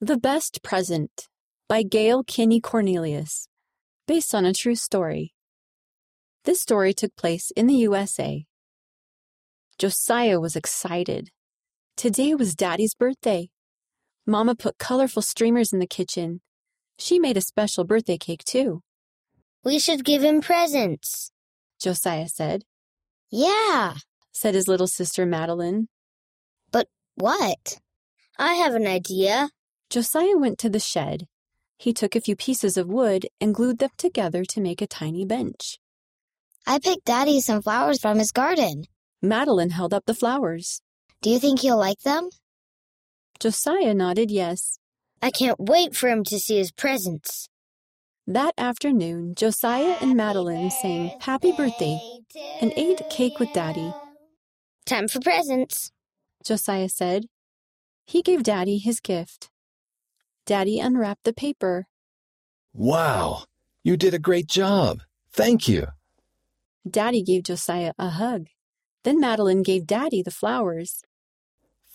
The Best Present by Gail Kinney Cornelius, based on a true story. This story took place in the USA. Josiah was excited. Today was Daddy's birthday. Mama put colorful streamers in the kitchen. She made a special birthday cake, too, We should give him presents. Josiah said, Yeah. said his little sister Madeline. What? I have an idea. Josiah went to the shed. He took a few pieces of wood and glued them together to make a tiny bench. I picked Daddy some flowers from his garden. Madeline held up the flowers. Do you think he'll like them? Josiah nodded yes. I can't wait for him to see his presents. That afternoon, Josiah and Madeline sang Happy Birthday. and ate cake with Daddy. Time for presents. Josiah said. He gave Daddy his gift. Daddy unwrapped the paper. Wow, you did a great job. Thank you. Daddy gave Josiah a hug. Then Madeline gave Daddy the flowers.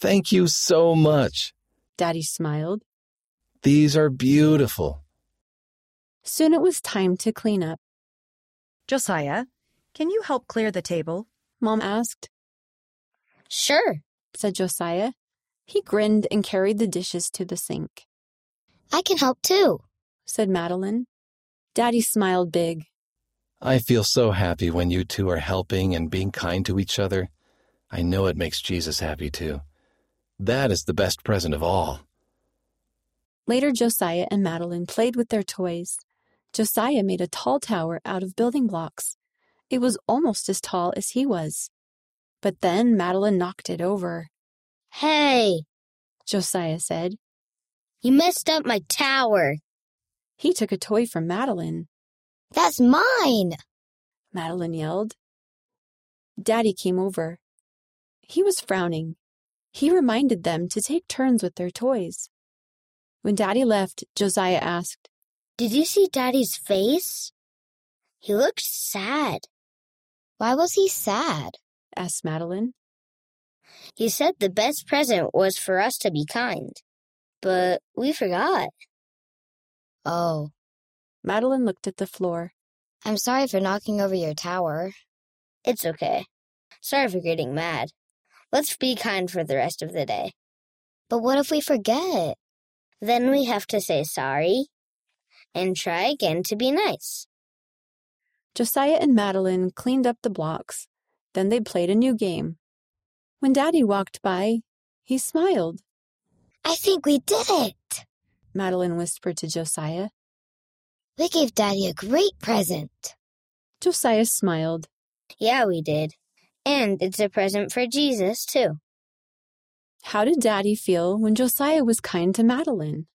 Thank you so much. Daddy smiled. These are beautiful. Soon it was time to clean up. Josiah, can you help clear the table? Mom asked, Sure. said Josiah. He grinned and carried the dishes to the sink, I can help too. said Madeline. Daddy smiled big. I feel so happy when you two are helping and being kind to each other. I know it makes Jesus happy too. That is the best present of all. Later, Josiah and Madeline played with their toys. Josiah made a tall tower out of building blocks. It was almost as tall as he was. But then Madeline knocked it over, Hey, Josiah said. you messed up my tower. He took a toy from Madeline, That's mine. Madeline yelled. Daddy came over. He was frowning. He reminded them to take turns with their toys. When Daddy left, Josiah asked, Did you see Daddy's face? He looked sad. Why was he sad? asked Madeline. He said the best present was for us to be kind. But we forgot. Oh, Madeline looked at the floor. I'm sorry for knocking over your tower. It's okay. Sorry for getting mad. Let's be kind for the rest of the day. But what if we forget? Then we have to say sorry and try again to be nice. Josiah and Madeline cleaned up the blocks. Then they played a new game. When Daddy walked by, he smiled, I think we did it. Madeline whispered to Josiah. We gave Daddy a great present. Josiah smiled. Yeah, we did. And it's a present for Jesus, too. How did Daddy feel when Josiah was kind to Madeline?